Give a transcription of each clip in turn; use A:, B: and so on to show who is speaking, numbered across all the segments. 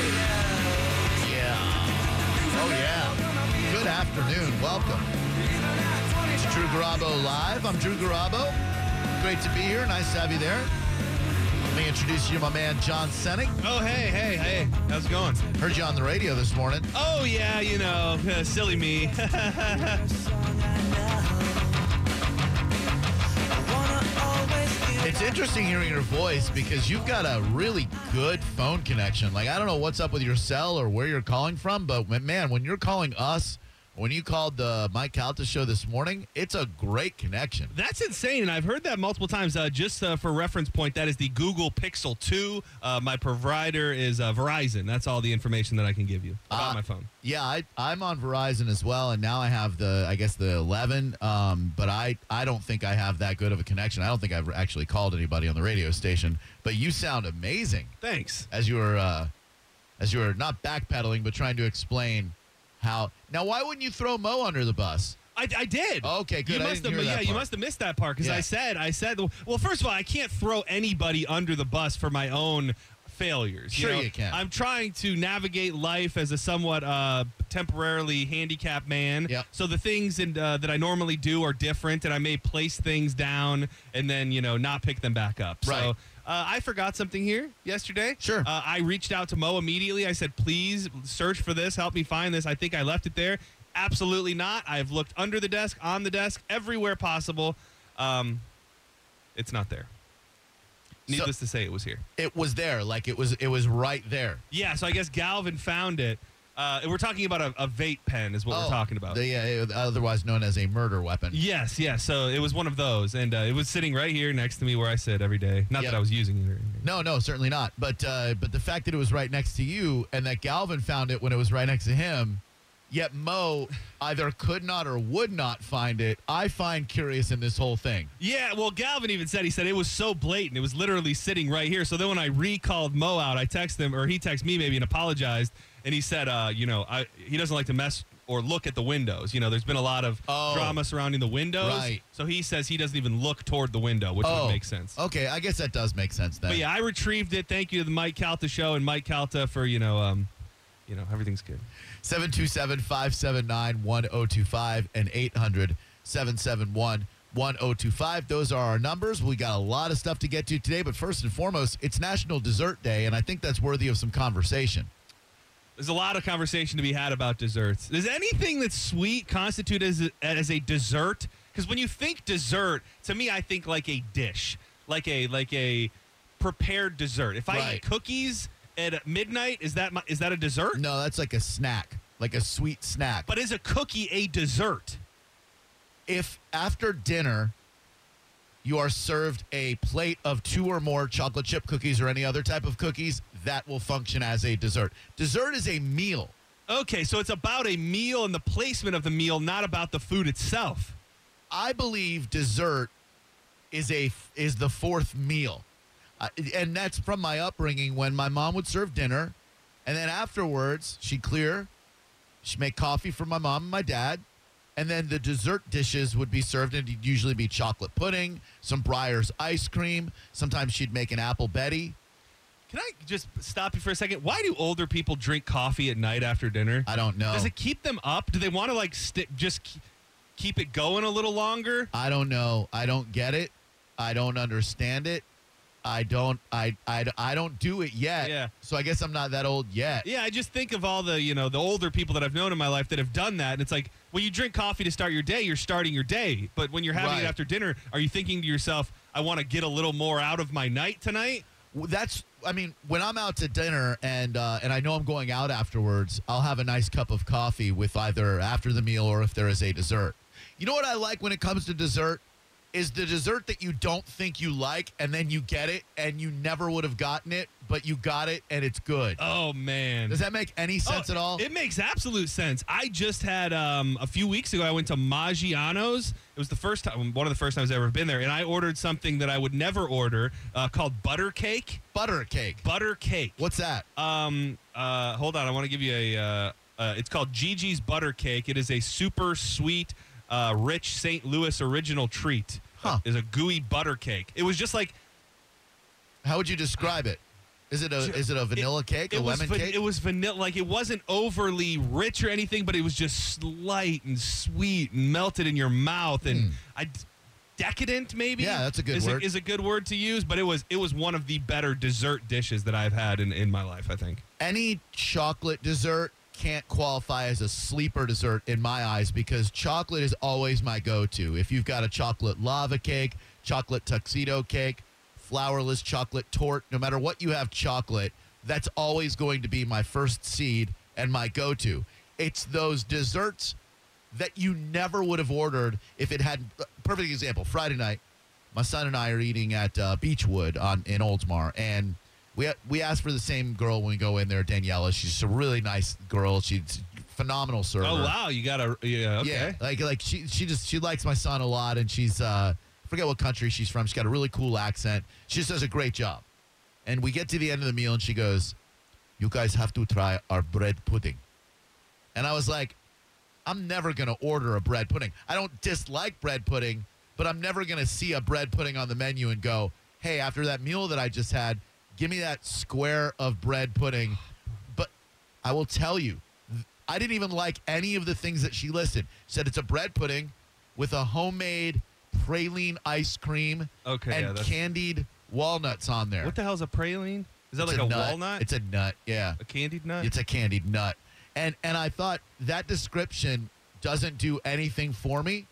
A: Yeah. Oh, yeah. Good afternoon. Welcome. It's Drew Garabo Live. I'm Drew Garabo. Great to be here. Nice to have you there. Let me introduce you to my man, John Senek.
B: Oh, hey, hey, hey. How's it going?
A: Heard you on the radio this morning.
B: Oh, yeah, you know, silly me.
A: It's interesting hearing your voice because you've got a really good phone connection. Like, I don't know what's up with your cell or where you're calling from, but when- man, when you're calling us, when you called the Mike Calta show this morning, it's a great connection.
B: That's insane, and I've heard that multiple times. Uh, just uh, for reference point, that is the Google Pixel 2. Uh, my provider is uh, Verizon. That's all the information that I can give you about
A: Uh,
B: my phone.
A: Yeah, I, I'm on Verizon as well, and now I have the, I guess the 11. Um, but I, I don't think I have that good of a connection. I don't think I've actually called anybody on the radio station. But you sound amazing
B: Thanks.
A: as you were, uh, as you were not backpedaling, but trying to explain how. Now, why wouldn't you throw Mo under the bus?
B: I, I did.
A: Okay, good.
B: You
A: I
B: must
A: didn't
B: have,
A: hear
B: yeah,
A: that
B: you
A: part.
B: must have missed that part because
A: Yeah.
B: I said, I said. Well, first of all, I can't throw anybody under the bus for my own failures.
A: Sure
B: you, know?
A: you can.
B: I'm trying to navigate life as a somewhat uh, temporarily handicapped man.
A: Yep.
B: So the things and uh, that I normally do are different, and I may place things down and then you know not pick them back up.
A: Right.
B: So. Uh, I forgot something here yesterday.
A: Sure.
B: Uh, I reached out to Mo immediately. I said, please search for this. Help me find this. I think I left it there. Absolutely not. I've looked under the desk, on the desk, everywhere possible. Um, it's not there. Needless to say, it was here.
A: it was there like it was it was right there
B: Yeah, so I guess Galvin found it. Uh, and we're talking about a, a vape pen, is what we're talking about.
A: Oh, the, yeah, otherwise known as a murder weapon
B: yes, yes. So it was one of those. And uh, it was sitting right here next to me where I sit every day. Not
A: Yep.
B: that I was using it or anything.
A: no no certainly not but uh but the fact that it was right next to you and that galvin found it when it was right next to him yet mo either could not or would not find it i find curious in this whole thing
B: Yeah, well, Galvin even said he said it was so blatant. It was literally sitting right here. So then when I recalled Mo out, I texted him or he texted me maybe and apologized. And he said, uh, you know, I, he doesn't like to mess or look at the windows. You know, there's been a lot of
A: Oh.
B: drama surrounding the windows.
A: Right.
B: So he says he doesn't even look toward the window, which would make sense.
A: Oh, okay i guess that does make sense then
B: But yeah, I retrieved it. Thank you to the Mike Calta show and Mike Calta for you know, um, you know, everything's good.
A: 727-579-1025 and 800-771-1025. Those are our numbers. We got a lot of stuff to get to today, but first and foremost, it's National Dessert Day, and I think that's worthy of some conversation.
B: There's a lot of conversation to be had about desserts. Does anything that's sweet constitute as a, as a dessert? Because when you think dessert, to me, I think like a dish, like a like a prepared dessert. If I
A: Right.
B: eat cookies at midnight, is that my, is that a dessert?
A: No, that's like a snack, like a sweet snack.
B: But is a cookie a dessert?
A: if after dinner you are served a plate of two or more chocolate chip cookies or any other type of cookies, that will function as a dessert. Dessert is a meal.
B: Okay, so it's about a meal and the placement of the meal, not about the food itself.
A: I believe dessert is a is the fourth meal, uh, and that's from my upbringing when my mom would serve dinner, and then afterwards she'd clear, she'd make coffee for my mom and my dad, and then the dessert dishes would be served, and it'd usually be chocolate pudding, some Breyer's ice cream. Sometimes she'd make an apple Betty.
B: Can I just stop you for a second? Why do older people drink coffee at night after dinner?
A: I don't know.
B: Does it keep them up? Do they want to like stick just k- keep it going a little longer?
A: I don't know. I don't get it. I don't understand it. I don't. I. I. I don't do it yet.
B: Yeah.
A: So I guess I'm not that old yet.
B: Yeah, I just think of all the, you know, the older people that I've known in my life that have done that. And it's like, when you drink coffee to start your day, you're starting your day. But when you're having
A: Right.
B: it after dinner, are you thinking to yourself, I want to get a little more out of my night tonight?
A: Well, that's i mean when i'm out to dinner and uh, and i know i'm going out afterwards i'll have a nice cup of coffee with either after the meal or if there is a dessert you know what i like when it comes to dessert is the dessert that you don't think you like and then you get it and you never would have gotten it, but you got it and it's good.
B: Oh man.
A: Does that make any sense
B: Oh,
A: at all?
B: It makes absolute sense. I just had um, a few weeks ago. I went to Maggiano's. It was the first time, one of the first times I've ever been there, and I ordered something that I would never order uh, called butter cake.
A: Butter cake.
B: Butter cake.
A: What's that?
B: Um, uh, hold on. I want to give you a. Uh, uh, it's called Gigi's Butter Cake. It is a super sweet, uh, rich St. Louis original treat.
A: Huh.
B: Is a gooey butter cake. It was just like
A: How would you describe it? Is it a is it a vanilla cake?
B: it
A: a
B: was
A: lemon
B: van-
A: cake?
B: It was vanilla. Like it wasn't overly rich or anything, but it was just slight and sweet and melted in your mouth and I decadent maybe.
A: Hmm. Yeah, that's a good
B: is
A: word.
B: is a good word to use, but it was it was one of the better dessert dishes that I've had in in my life. I think.
A: any chocolate dessert can't qualify as a sleeper dessert in my eyes because chocolate is always my go-to. If you've got a chocolate lava cake, chocolate tuxedo cake, flourless chocolate torte, no matter what you have chocolate, that's always going to be my first seed and my go-to. It's those desserts that you never would have ordered if it had perfect example friday night my son and i are eating at uh, beechwood on in oldsmar and we we asked for the same girl when we go in there daniela she's a really nice girl she's phenomenal server
B: Oh wow, you got a yeah okay.
A: yeah like like she she just she likes my son a lot and she's uh I forget what country she's from she's got a really cool accent she just does a great job and we get to the end of the meal and she goes you guys have to try our bread pudding and i was like i'm never gonna order a bread pudding i don't dislike bread pudding but i'm never gonna see a bread pudding on the menu and go hey after that meal that i just had give me that square of bread pudding but I will tell you, th- I didn't even like any of the things that she listed. She said it's a bread pudding with a homemade praline ice cream
B: Okay, yeah,
A: and
B: that's-
A: candied walnuts on there.
B: What the hell's a praline? Is that
A: It's
B: like a,
A: nut.
B: walnut?
A: It's a nut, yeah.
B: a candied nut.
A: It's a candied nut. And and I thought that description doesn't do anything for me.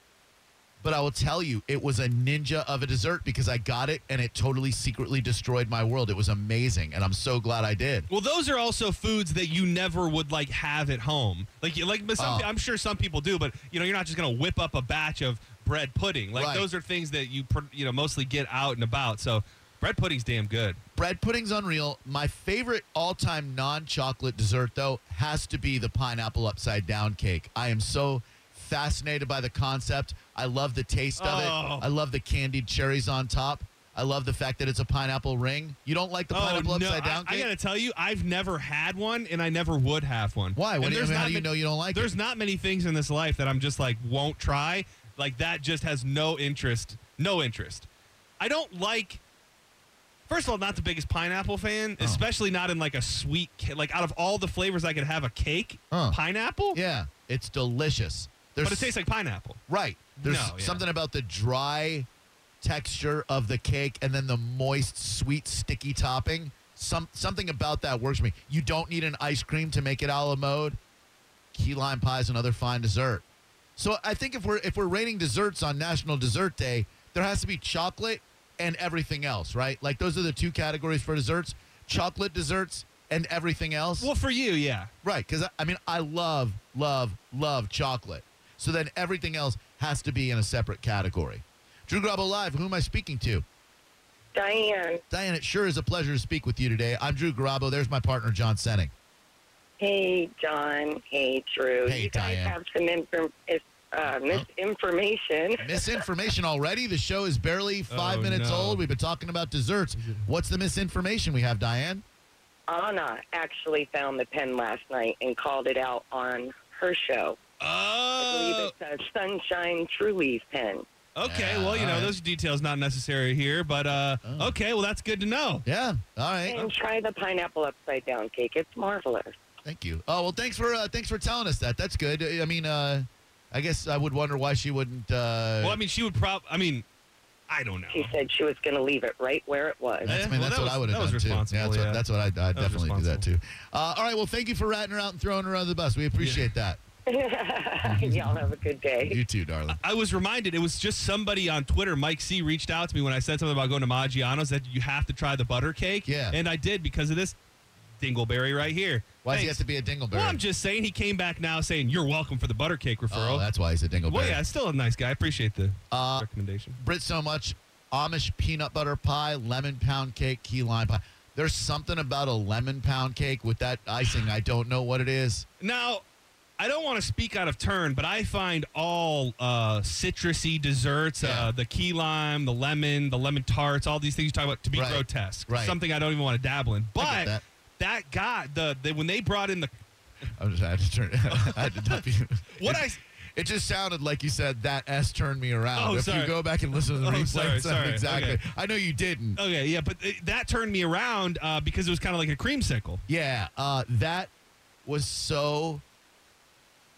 A: But I will tell you, it was a ninja of a dessert because I got it and it totally secretly destroyed my world. It was amazing, and I'm so glad I did.
B: Well, those are also foods that you never would like have at home. Like, you- like but some,
A: Oh.
B: I'm sure some people do, but you know, you're not just gonna whip up a batch of bread pudding. Like,
A: Right.
B: those are things that you pr- you know mostly get out and about. So, bread pudding's damn good.
A: Bread pudding's unreal. My favorite all time non chocolate dessert, though, has to be the pineapple upside down cake. I am so fascinated by the concept. I love the taste of
B: Oh.
A: it. I love the candied cherries on top. I love the fact that it's a pineapple ring. You don't like the pineapple
B: oh no!
A: upside
B: I,
A: down
B: I
A: cake?
B: gotta tell you, I've never had one, and I never would have one.
A: Why? What
B: And
A: do you,
B: there's
A: how
B: not
A: do you
B: ma-
A: know you don't like
B: There's
A: it?
B: not many things in this life that I'm just like won't try. Like that just has no interest. No interest. I don't like. First of all, not the biggest pineapple
A: Oh.
B: fan, especially not in like a sweet. Ca- like out of all the flavors I could have, a cake
A: Huh.
B: pineapple.
A: Yeah, it's delicious. There's
B: but it tastes like pineapple.
A: Right. There's
B: No, yeah.
A: something about the dry texture of the cake and then the moist, sweet, sticky topping. Some something about that works for me. You don't need an ice cream to make it a la mode. Key lime pie is another fine dessert. So I think if we're if we're rating desserts on National Dessert Day, there has to be chocolate and everything else, right? Like those are the two categories for desserts: chocolate desserts and everything else.
B: Well, for you, yeah.
A: Right, because I mean, I love, love, love chocolate. So then everything else has to be in a separate category. Drew Grabo Live, who am I speaking to?
C: Diane.
A: Diane, it sure is a pleasure to speak with you today. I'm Drew Garabo. There's my partner, John Senning.
C: Hey, John. Hey, Drew.
A: Hey,
C: you guys
A: Diane. Oh.
C: have some inform- is- uh, misinformation.
A: Misinformation already? The show is barely five
B: Oh,
A: minutes
B: no.
A: old. We've been talking about desserts. What's the misinformation we have, Diane?
C: Anna actually found the pen last night and called it out on her show.
B: Oh,
C: I believe it's a Sunshine True Leaf pen.
B: okay.
A: Yeah,
B: well, you know
A: alright.
B: those details not necessary here, but uh,
A: Oh.
B: okay. Well, that's good to know.
A: Yeah, all right.
C: And try the pineapple upside down cake. It's marvelous.
A: Thank you. Oh well, thanks for uh, thanks for telling us that. That's good. I mean, uh, I guess I would wonder why she wouldn't. Uh,
B: Well, I mean, she would prob. I mean, I don't know.
C: She
A: Oh.
C: said she was going to leave it right where it was.
A: That's,
B: Yeah,
A: I mean,
B: well,
A: that's
B: that
A: what
B: was-
A: I would
B: that
A: have
B: was
A: done too. Yeah, that's, what,
B: responsible,
A: that's what I, I
B: was
A: definitely do that too.
B: responsible.
A: Uh, all right. Well, thank you for ratting her out and throwing her under the bus. We appreciate that.
C: Y'all have a good day.
A: You too, darling.
B: I was reminded it was just somebody on Twitter, Mike C, reached out to me when I said something about going to Maggiano's that you have to try the butter cake.
A: Yeah.
B: And I did because of this dingleberry right here.
A: Why does he have
B: Thanks.
A: to be a dingleberry?
B: Well, I'm just saying he came back now saying you're welcome for the butter cake referral.
A: oh, that's why he's a dingleberry.
B: well, yeah, still a nice guy. I appreciate the
A: Uh,
B: recommendation.
A: Brit so much Amish peanut butter pie, lemon pound cake, key lime pie. There's something about a lemon pound cake with that icing. I don't know what it is.
B: Now, I don't want to speak out of turn, but I find all uh, citrusy desserts,
A: Yeah.
B: uh, the key lime, the lemon, the lemon tarts, all these things you talk about to be
A: Right.
B: grotesque.
A: Right.
B: Something I don't even want to dabble in. But
A: I get that.
B: that guy, the, the when they brought in the
A: I'm just, I had to turn. I had to dump you.
B: what
A: it,
B: I
A: It just sounded like you said that S turned me around.
B: Oh,
A: if you
B: sorry.
A: go back and listen to the
B: Oh,
A: replay, it
B: sorry,
A: sounded
B: sorry.
A: exactly.
B: Okay.
A: I know you didn't.
B: okay yeah, but it, that turned me around uh, because it was kind of like a creamsicle.
A: Yeah, uh, that was so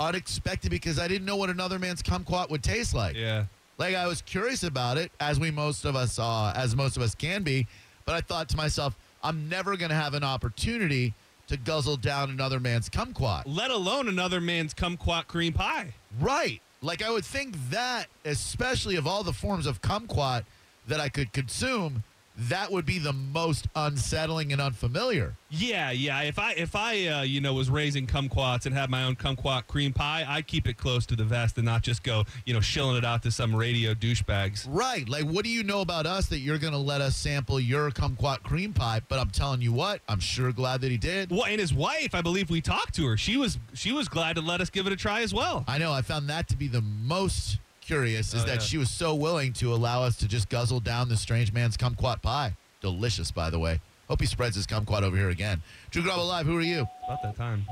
A: unexpected because I didn't know what another man's kumquat would taste like.
B: Yeah,
A: Like I was curious about it, as we most of us uh, as most of us can be, but I thought to myself, I'm never going to have an opportunity to guzzle down another man's kumquat.
B: let alone another man's kumquat cream pie.
A: Right. Like I would think that, especially of all the forms of kumquat that I could consume, that would be the most unsettling and unfamiliar.
B: Yeah, yeah. If I if I uh, you know was raising kumquats and had my own kumquat cream pie, I'd keep it close to the vest and not just go you know shilling it out to some radio douchebags.
A: Right. Like, what do you know about us that you're going to let us sample your kumquat cream pie? But I'm telling you what, I'm sure glad that he did.
B: Well, and his wife, I believe we talked to her. She was she was glad to let us give it a try as well.
A: I know. I found that to be the most curious is
B: Oh,
A: that
B: yeah.
A: she was so willing to allow us to just guzzle down the strange man's kumquat pie. Delicious, by the way. Hope he spreads his kumquat over here again. Drew Grabo Live, who are you?
B: About that time.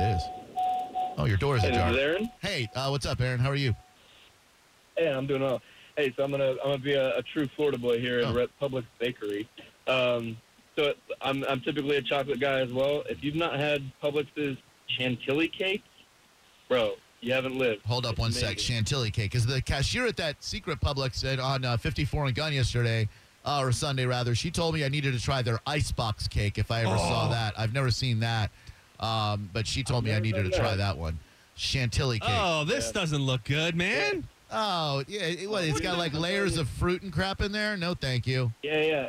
A: It is. Oh, your door is
D: Hey,
A: ajar.
D: this is Aaron.
A: Hey, uh, what's up, Aaron? How are you?
D: Hey, I'm doing well. Hey, so I'm gonna I'm gonna be a, a true Florida boy here
A: Oh.
D: at Republic Bakery. Um, so I'm I'm typically a chocolate guy as well. If you've not had Publix's chantilly cake, bro, you haven't lived.
A: Hold up
D: It's
A: one
D: amazing.
A: sec. Chantilly cake. Because the cashier at that secret public said on uh, 54 and Gun yesterday, uh, or Sunday rather, she told me I needed to try their icebox cake if I ever saw
B: Oh.
A: that. I've never seen that. Um, but she told me I
D: never
A: needed to
D: done
A: try
D: that.
A: that one. Chantilly cake.
B: Oh, this doesn't look good, man.
A: Oh, yeah. It, what, it's
D: What
A: got
D: is
A: like
D: that?
A: layers of fruit and crap in there? No, thank you.
D: Yeah, yeah.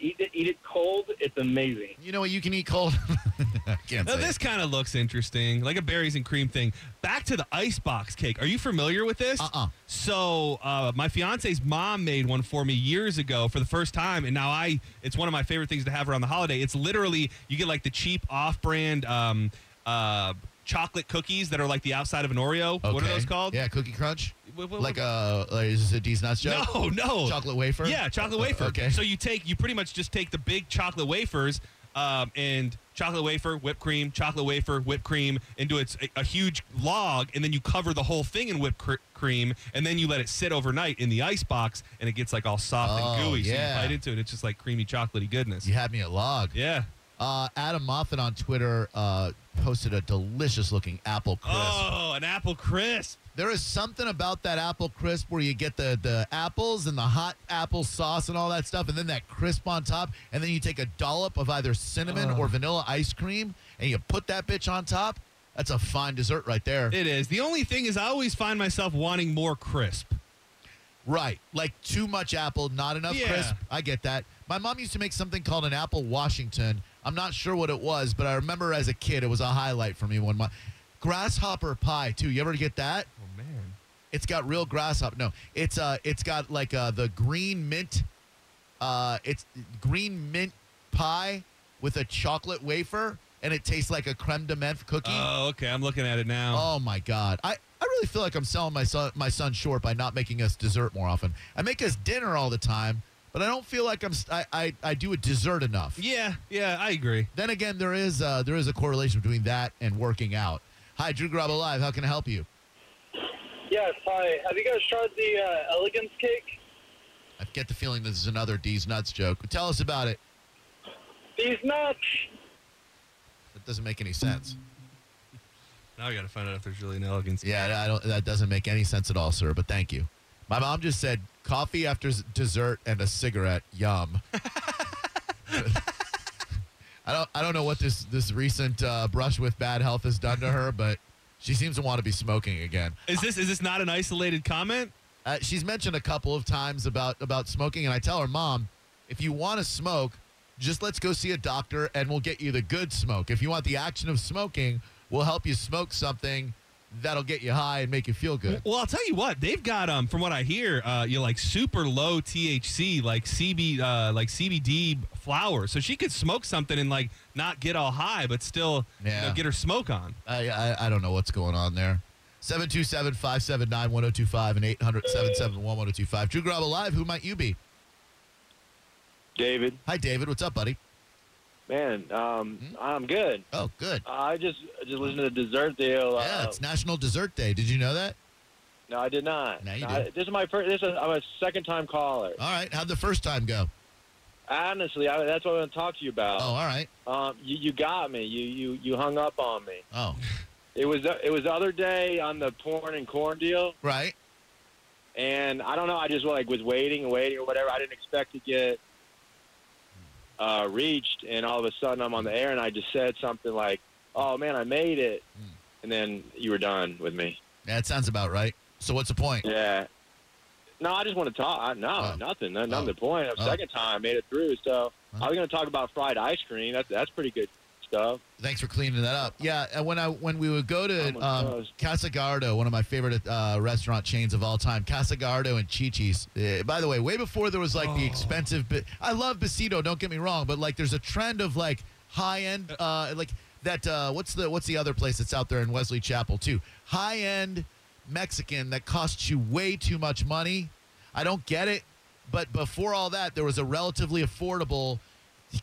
D: Eat it, eat it cold. It's amazing.
A: You know what you can eat cold? I can't
B: Now
A: say.
B: this kind of looks interesting, like a berries and cream thing. Back to the icebox cake. Are you familiar with this?
A: Uh-uh.
B: So uh, my fiance's mom made one for me years ago for the first time, and now I it's one of my favorite things to have around the holiday. It's literally you get like the cheap off-brand um, uh, chocolate cookies that are like the outside of an Oreo.
A: Okay.
B: What are those called?
A: Yeah, cookie crunch.
B: What- what-
A: like a like, is this a D's nuts joke?
B: no, no.
A: Chocolate wafer.
B: Yeah, chocolate
A: Uh,
B: wafer.
A: Okay.
B: So you take you pretty much just take the big chocolate wafers um, and chocolate wafer, whipped cream, chocolate wafer, whipped cream, and do it's a, a huge log, and then you cover the whole thing in whipped cr- cream, and then you let it sit overnight in the ice box, and it gets like all soft
A: Oh,
B: and gooey.
A: yeah.
B: So you bite into it, it's just like creamy, chocolatey goodness.
A: you had me at log.
B: Yeah.
A: Uh, Adam Moffat on Twitter uh, posted a delicious looking apple crisp.
B: Oh, an apple crisp.
A: There is something about that apple crisp where you get the, the apples and the hot apple sauce and all that stuff, and then that crisp on top, and then you take a dollop of either cinnamon
B: Oh.
A: or vanilla ice cream, and you put that bitch on top. That's a fine dessert right there.
B: It is. The only thing is, I always find myself wanting more crisp.
A: Oh, right. Like too much apple, not enough
B: Yeah.
A: crisp. I get that. My mom used to make something called an apple Washington. I'm not sure what it was, but I remember as a kid, it was a highlight for me one month. Grasshopper pie, too. You ever get that?
B: Oh man.
A: It's got real grasshopper. No, it's uh, it's got like uh, the green mint, uh, it's green mint pie with a chocolate wafer, and it tastes like a creme de menthe cookie.
B: Oh, okay. I'm looking at it now.
A: oh my god, I I really feel like I'm selling my son my son short by not making us dessert more often. I make us dinner all the time, but I don't feel like I'm s- I I, I do a dessert enough.
B: Yeah, yeah, I agree.
A: Then again, there is uh, there is a correlation between that and working out. Hi, Drew Garabo Live. How can I help you?
E: Yes, hi. Have you guys tried the uh, Elegance cake?
A: I get the feeling this is another D's nuts joke. Tell us about it.
E: These nuts.
A: That doesn't make any sense.
B: Now I got to find out if there's really an elegance.
A: Yeah, I don't, that doesn't make any sense at all, sir. But thank you. My mom just said coffee after s- dessert and a cigarette. Yum. I don't. I don't know what this this recent uh, brush with bad health has done to her, but she seems to want to be smoking again.
B: Is this is this not an isolated comment?
A: Uh, she's mentioned a couple of times about about smoking, and I tell her, Mom, if you want to smoke, just let's go see a doctor and we'll get you the good smoke. If you want the action of smoking, we'll help you smoke something that'll get you high and make you feel good.
B: Well, I'll tell you what they've got. Um, from what I hear, uh, you like super low THC, like CB, uh, like CBD flower. So she could smoke something and like not get all high, but still you know,
A: Yeah.
B: get her smoke on.
A: I, I, I don't know what's going on there. 727 579 1025 and 800 771 1025. Drew Grob Alive, who might you be?
F: David,
A: Hi, David. What's up, buddy?
F: man, um, I'm good.
A: Oh, good.
F: I just I just listened to the Dessert Deal. uh,
A: Yeah, it's National Dessert Day. Did you know that?
F: no, I did not.
A: Now you
F: No, I-
A: did.
F: this is my first. This is I'm a second time caller.
A: All right. How'd the first time go?
F: Honestly, I, that's what I want to talk to you
A: Oh,
F: about.
A: all right.
F: Um, you, you got me. You you you hung up on me.
A: Oh,
F: It was it was the other day on the porn and corn deal,
A: right.
F: and I don't know. I just like was waiting and waiting or whatever. I didn't expect to get uh, reached, and all of a sudden I'm on the air, and I just said something like, "Oh man, I made it,"
A: Hmm.
F: and then you were done with me.
A: That sounds about right. So, what's the point?
F: Yeah. No, I just want to talk. I, no,
A: Oh.
F: nothing. None, none
A: Oh.
F: the point.
A: Oh.
F: Second time, made it through. So I was going to talk about fried ice cream. That's that's pretty good stuff.
A: Thanks for cleaning that up. Yeah, and when I when we would go
F: I'm
A: to um,
F: impressed.
A: Casa Gardo, one of my favorite uh, restaurant chains of all time, Casa Gardo and Chi-Chi's. Uh, by the way, way before there was like the expensive. But I love Besito. Don't get me wrong, but like there's a trend of like high end, uh, like that. Uh, what's the what's the other place that's out there in Wesley Chapel too? High end Mexican that costs you way too much money. I don't get it. But before all that, there was a relatively affordable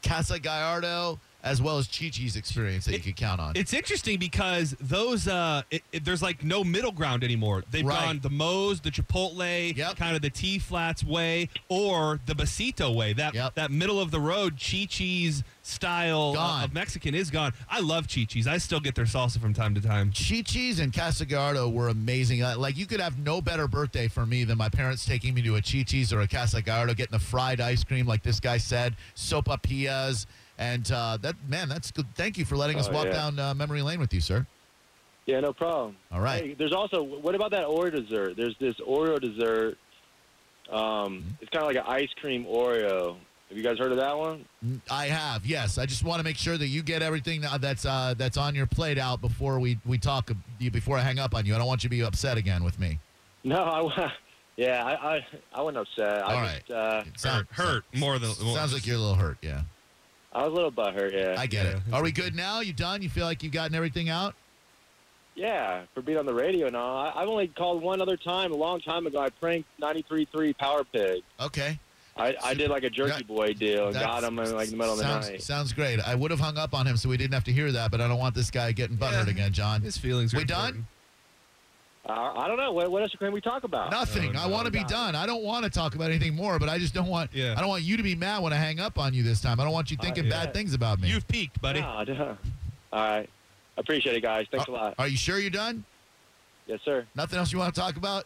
A: Casa Gallardo as well as Chi Chi's experience that you could count on.
B: It's interesting because those uh, it, it- there's like no middle ground anymore. They've
A: Right.
B: gone the Moe's, the Chipotle,
A: Yep.
B: kind of the T flats way, or the Basito way. That
A: Yep.
B: that middle of the road Chi Chi's style
A: Gone.
B: uh, of Mexican is gone. I love Chi Chi's. I still get their salsa from time to time.
A: Chi Chi's and Casa Gallardo were amazing. Uh, Like, you could have no better birthday for me than my parents taking me to a Chi Chi's or a Casa Gallardo, getting the fried ice cream, like this guy said, sopapillas. And uh, that, man, that's good. Thank you for letting us
F: Oh,
A: walk
F: yeah.
A: down uh, memory lane with you, sir.
F: Yeah, no problem.
A: All right.
F: Hey, there's also what about that Oreo dessert? There's this Oreo dessert.
A: Mm-hmm.
F: Um, it's kind of like an ice cream Oreo. Have you guys heard of that one?
A: I have, yes. I just want to make sure that you get everything that- that's uh, that's on your plate out before we, we talk, before I hang up on you. I don't want you to be upset again with me.
F: No, I wa- yeah, I I, I wasn't upset. I
A: All
F: just uh,
A: It
B: Hurt,
A: sound-
B: hurt more than more.
A: Sounds like you're a little hurt, yeah.
F: I was a little butthurt. Yeah,
A: I get it.
B: Yeah.
A: Are we good now? You done? You feel like you've gotten everything out?
F: yeah, for being on the radio and all. I, I've only called one other time a long time ago. I pranked 93.3 Power Pig.
A: Okay.
F: I, I did like a jerky
A: That-
F: boy deal and
A: That's-
F: got him in like the middle of the
A: sounds,
F: night.
A: Sounds great. I would have hung up on him so we didn't have to hear that, but I don't want this guy getting butthurt
B: Yeah.
A: again, John.
B: his feelings. Are
A: We done?
B: important.
F: Uh, I don't know what, what else can we talk about.
A: Nothing.
B: No,
A: I want to be
F: Oh, no.
A: done. I don't want to talk about anything more, but I just don't want
B: Yeah.
A: I don't want you to be mad when I hang up on you this time. I don't want
F: Uh,
A: you thinking
B: yeah.
A: bad things about me.
B: You've peaked, buddy.
F: No, I don't. all right, appreciate it, guys. Thanks a lot.
A: Are you sure you're done?
F: Yes, sir.
A: Nothing else you want to talk about?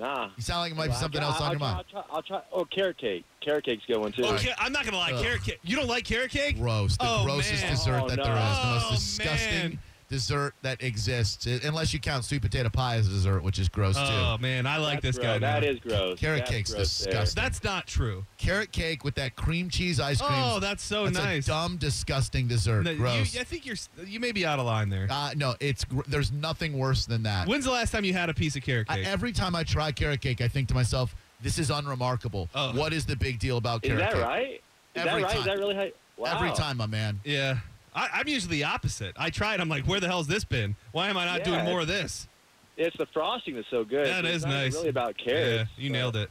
F: Nah.
A: You sound like it might be
F: I'll
A: something
F: try-
A: else on
F: I'll
A: your
F: try-
A: mind.
F: I'll try, I'll try. Oh, carrot cake. Carrot cake's going too.
B: Oh, ca- I'm not gonna lie.
A: Ugh.
B: Carrot cake. You don't like carrot cake?
A: Gross. The
B: Oh,
A: grossest
B: man.
A: dessert
F: Oh,
A: that
F: no.
A: there is. The
B: Oh,
A: most disgusting
B: man.
A: dessert that exists, i- unless you count sweet potato pie as a dessert, which is gross
B: Oh
A: too.
B: man, I like
F: That's
B: this guy.
F: gross. That
B: now.
F: is gross.
A: Carrot
F: That's
A: cake's
F: gross there.
A: disgusting.
B: That's not true.
A: Carrot cake with that cream cheese ice cream.
B: Oh, that's so
A: That's
B: nice.
A: a dumb, disgusting dessert.
B: No, you-
A: gross.
B: I think you're. s- You may be out of line there.
A: uh, no, it's gr- there's nothing worse than that.
B: When's the last time you had a piece of carrot
A: I,
B: cake?
A: every time I try carrot cake, I think to myself, "This is unremarkable.
B: Oh.
A: What is the big deal about
F: Is
A: carrot
F: that
A: cake?"
F: right? Is that
A: Every
F: right?
A: time.
F: Is that really how? Wow.
A: Every time, my man.
B: yeah, I, I'm usually the opposite. I try it. I'm like, where the hell's this been? Why am I not doing
F: Yeah.
B: more of this?
F: It's the frosting that's so good.
B: That
F: It's
B: is
F: not
B: nice.
F: Really about
B: Yeah,
F: carrots.
B: you nailed it.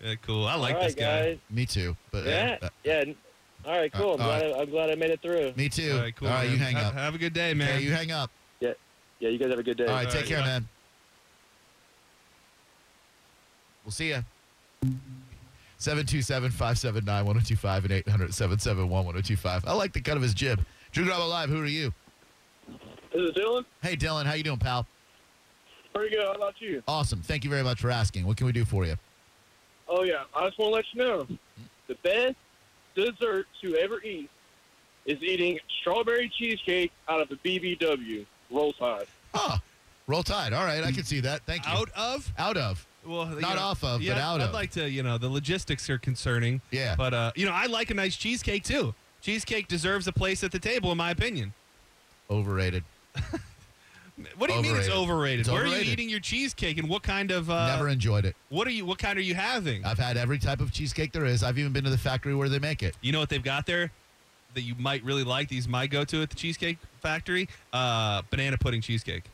B: Yeah, cool. I
F: All
B: like
F: right,
B: this guy.
F: guys.
A: Me too. But uh,
F: Yeah.
A: uh,
F: Yeah. All right. Cool.
A: all
F: I'm, glad I, I'm glad I made it through.
A: me too.
B: All right, cool.
A: All right,
B: man.
A: you hang
B: have,
A: up.
B: Have a good day, man.
A: Okay, you hang up.
F: Yeah. You guys have a good day.
A: All right,
B: All
A: take
B: right,
A: care,
B: yeah.
A: man. We'll see ya. 727-579-1025 and 800 771 oh I like the cut of his jib. Drew Grabo Live, who are you?
E: Is it Dylan?
A: Hey, Dylan, how you doing, pal?
E: Pretty good. How about you?
A: Awesome. Thank you very much for asking. What can we do for you?
E: Oh, yeah. I just want to let you know the best dessert to ever eat is eating strawberry cheesecake out of a BBW roll tide.
A: Huh. Roll Tide. All right, I can see that. Thank you.
B: Out of
A: Out of.
B: Well, you
A: Not
B: know,
A: off of, but
B: yeah,
A: out
B: I'd
A: of.
B: like to, you know, the logistics are concerning.
A: Yeah.
B: But uh, you know, I like a nice cheesecake too. Cheesecake deserves a place at the table, in my opinion.
A: Overrated.
B: What do you mean it's
A: Overrated.
B: overrated?
A: It's
B: Where are
A: overrated.
B: you eating your cheesecake, and what kind of uh,
A: Never enjoyed it.
B: what are you? What kind are you having?
A: I've had every type of cheesecake there is. I've even been to the factory where they make it.
B: you know what they've got there that you might really like. These my go-to at the Cheesecake Factory: uh, banana pudding cheesecake.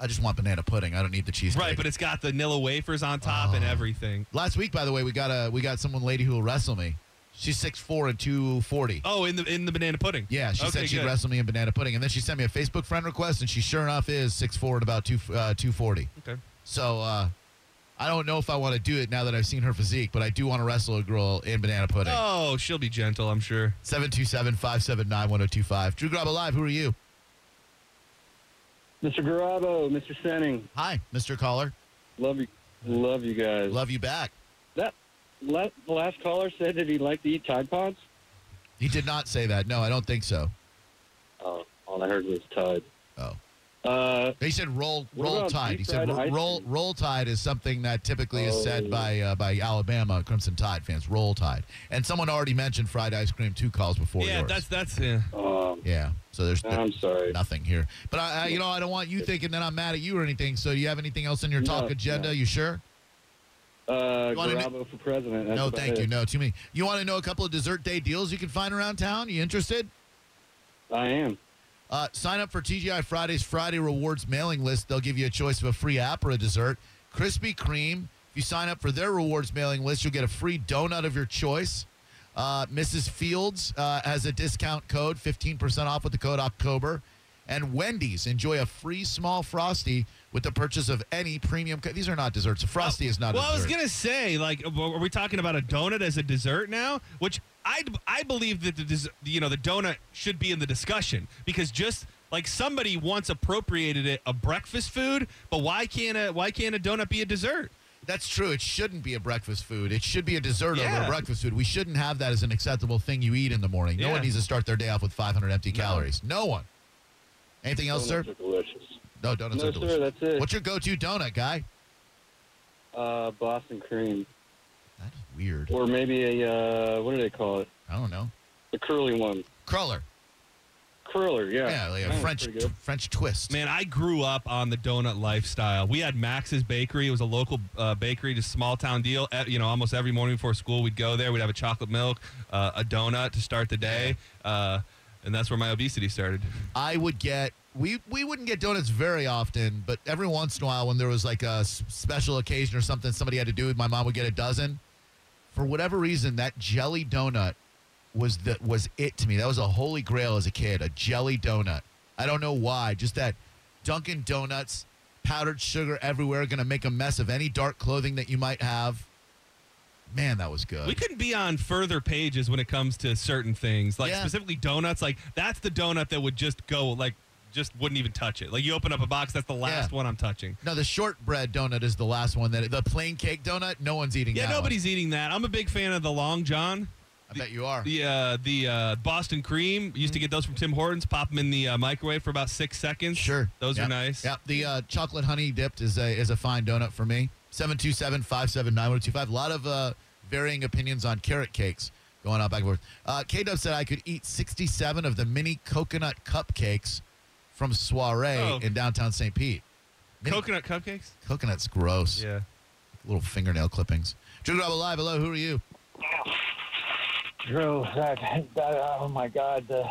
A: I just want banana pudding. I don't need the cheesecake.
B: Right, but it's got vanilla wafers on top and
A: Oh.
B: everything.
A: last week, by the way, we got a we got someone lady who will wrestle me. She's six four and two forty.
B: Oh, in the in the banana pudding.
A: Yeah, she
B: Okay,
A: said she'd
B: good.
A: wrestle me in banana pudding, and then she sent me a Facebook friend request, and she sure enough is six four and about two uh, two forty.
B: Okay.
A: So uh, I don't know if I want to do it now that I've seen her physique, but I do want to wrestle a girl in banana pudding.
B: Oh, she'll be gentle, I'm sure.
A: 727-579-1025. Drew Grab Alive, who are you?
G: Mr. Garabo, Mr. Senning,
A: Hi, Mr. Caller.
G: love you, love you guys.
A: Love you back.
G: that la- the last caller said that he liked to eat Tide Pods.
A: He did not say that. No, I don't think so.
G: Oh, all I heard was Tide.
A: Oh.
G: Uh,
A: He said roll
G: What
A: roll
G: about
A: tide.
G: deep
A: He
G: fried
A: said ro-
G: ice
A: roll
G: cream?
A: roll tide is something that typically is said
G: Oh.
A: by uh, by Alabama Crimson Tide fans. Roll tide, and someone already mentioned fried ice cream two calls before
B: yeah,
A: yours.
B: that's that's yeah.
G: um,
A: yeah. So there's
G: I'm sorry.
A: nothing here. But I, I, you know, I don't want you thinking that I'm mad at you or anything. So do you have anything else in your
G: No,
A: talk
G: no.
A: agenda? You sure?
G: Uh,
A: You wanna ma-
G: Garabo for president. That's
A: no,
G: about
A: thank
G: it.
A: you. No, too many. You want to know a couple of dessert day deals you can find around town? You interested?
G: I am.
A: Uh, sign up for TGI Friday's Friday Rewards mailing list. They'll give you a choice of a free app or a dessert. Krispy Kreme. If you sign up for their rewards mailing list, you'll get a free donut of your choice. Uh, Mrs. Fields uh, has a discount code, 15% off with the code October. And Wendy's enjoy a free small frosty with the purchase of any premium. Co- These are not desserts. A frosty is not.
B: Oh, Well,
A: a
B: I was
A: dessert.
B: gonna say, like, are we talking about a donut as a dessert now? Which I I believe that the des- you know the donut should be in the discussion because just like somebody once appropriated it a breakfast food, but why can't a why can't a donut be a dessert?
A: That's true. It shouldn't be a breakfast food. It should be a dessert over
B: Yeah.
A: a breakfast food. We shouldn't have that as an acceptable thing you eat in the morning. No
B: Yeah.
A: one needs to start their day off with 500 empty calories. No one. Anything else, sir?
G: Donuts are delicious.
A: No, donuts
G: no,
A: are delicious.
G: sir. That's it.
A: What's your go-to donut, guy?
G: Uh, Boston cream,
A: That is weird.
G: or maybe a uh, what do they call it?
A: I don't know.
G: The curly one,
A: Cruller.
G: curler. Yeah.
A: Yeah, like
G: That
A: a
G: one's
A: French
G: pretty good.
A: French twist.
B: Man, I grew up on the donut lifestyle. We had Max's Bakery. It was a local uh, bakery, just small town deal. Uh, you know, almost every morning before school, we'd go there. We'd have a chocolate milk, uh, a donut to start the day, uh, and that's where my obesity started.
A: I would get we we wouldn't get donuts very often, but every once in a while when there was like a s- special occasion or something somebody had to do, my mom would get a dozen. For whatever reason, that jelly donut was the was it to me. That was a holy grail as a kid, a jelly donut. I don't know why, just that Dunkin' Donuts, powdered sugar everywhere, gonna make a mess of any dark clothing that you might have. Man, that was good.
B: We couldn't be on further pages when it comes to certain things, like
A: Yeah.
B: specifically donuts. Like that's the donut that would just go, like just wouldn't even touch it. Like you open up a box, that's the last
A: Yeah.
B: one I'm touching.
A: no, the shortbread donut is the last one that the plain cake donut. No one's eating.
B: Yeah,
A: that one.
B: nobody's eating that. I'm a big fan of the Long John.
A: I bet you are.
B: The uh, the uh, Boston cream used
A: Mm-hmm.
B: to get those from Tim Hortons. Pop them in the uh, microwave for about six seconds.
A: Sure.
B: those
A: Yep.
B: are nice.
A: Yep. The uh, chocolate honey dipped is a is a fine donut for me. 727-579-1025. A lot of uh, varying opinions on carrot cakes going on back and forth. Uh, K-Dub said I could eat 67 of the mini coconut cupcakes from Soiree
B: Oh.
A: in downtown St. Pete. Mini-
B: Coconut cupcakes.
A: Coconut's gross.
B: Yeah.
A: Little fingernail clippings. Drew Grab Alive, hello, who are you?
H: Drew, that, that, oh my God, the,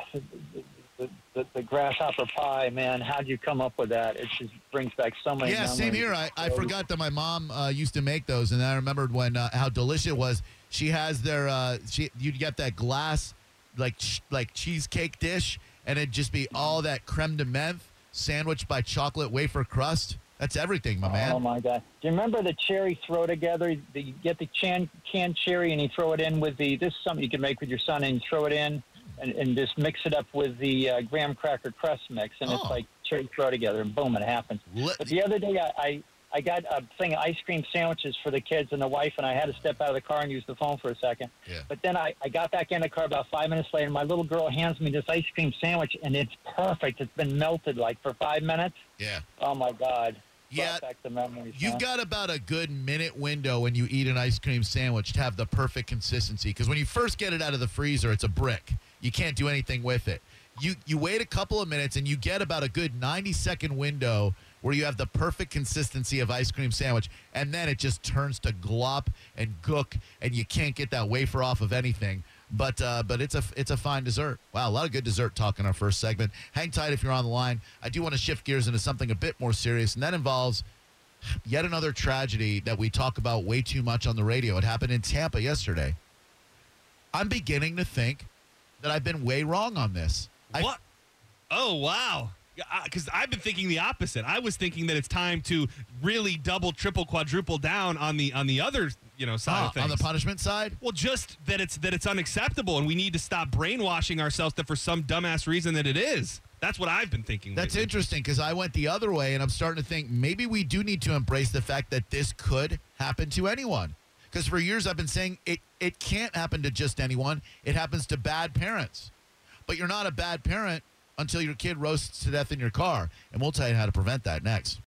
H: the, the, the grasshopper pie, man, how'd you come up with that? It just brings back so many
A: Yeah, same
H: memories.
A: here. I, I forgot that my mom uh, used to make those, and I remembered when uh, how delicious it was. She has their uh, she you'd get that glass like ch- like cheesecake dish, and it'd just be all that creme de menthe sandwiched by chocolate wafer crust. That's everything, my
H: Oh
A: man.
H: my God! Do you remember the cherry throw together? The, you get the chan, canned cherry and you throw it in with the. This is something you can make with your son and you throw it in, and, and just mix it up with the uh, graham cracker crust mix, and it's
A: Oh.
H: like cherry throw together, and boom, it happens.
A: Li-
H: But the other day, I, I I got a thing of ice cream sandwiches for the kids and the wife, and I had to step out of the car and use the phone for a second.
A: Yeah.
H: But then I, I got back in the car about five minutes later, and my little girl hands me this ice cream sandwich, and it's perfect. It's been melted like for five minutes.
A: yeah.
H: Oh my God!
A: Yeah,
H: brought back the memories.
A: You've
H: huh?
A: got about a good minute window when you eat an ice cream sandwich to have the perfect consistency. Because when you first get it out of the freezer, it's a brick. You can't do anything with it. You you wait a couple of minutes and you get about a good ninety second window where you have the perfect consistency of ice cream sandwich, and then it just turns to glop and gook, and you can't get that wafer off of anything. But uh, but it's a it's a fine dessert. Wow, a lot of good dessert talk in our first segment. Hang tight if you're on the line. I do want to shift gears into something a bit more serious, and that involves yet another tragedy that we talk about way too much on the radio. It happened in Tampa yesterday. I'm beginning to think that I've been way wrong on this. I-
B: what? Oh wow. Because I've been thinking the opposite. I was thinking that it's time to really double, triple, quadruple down on the on the other you know side
A: Ah,
B: of things.
A: on the punishment side?
B: Well, just that it's that it's unacceptable, and we need to stop brainwashing ourselves that for some dumbass reason that it is. That's what I've been thinking.
A: That's
B: lately.
A: interesting because I went the other way, and I'm starting to think maybe we do need to embrace the fact that this could happen to anyone. Because for years I've been saying it it can't happen to just anyone. It happens to bad parents. But you're not a bad parent until your kid roasts to death in your car, and we'll tell you how to prevent that next.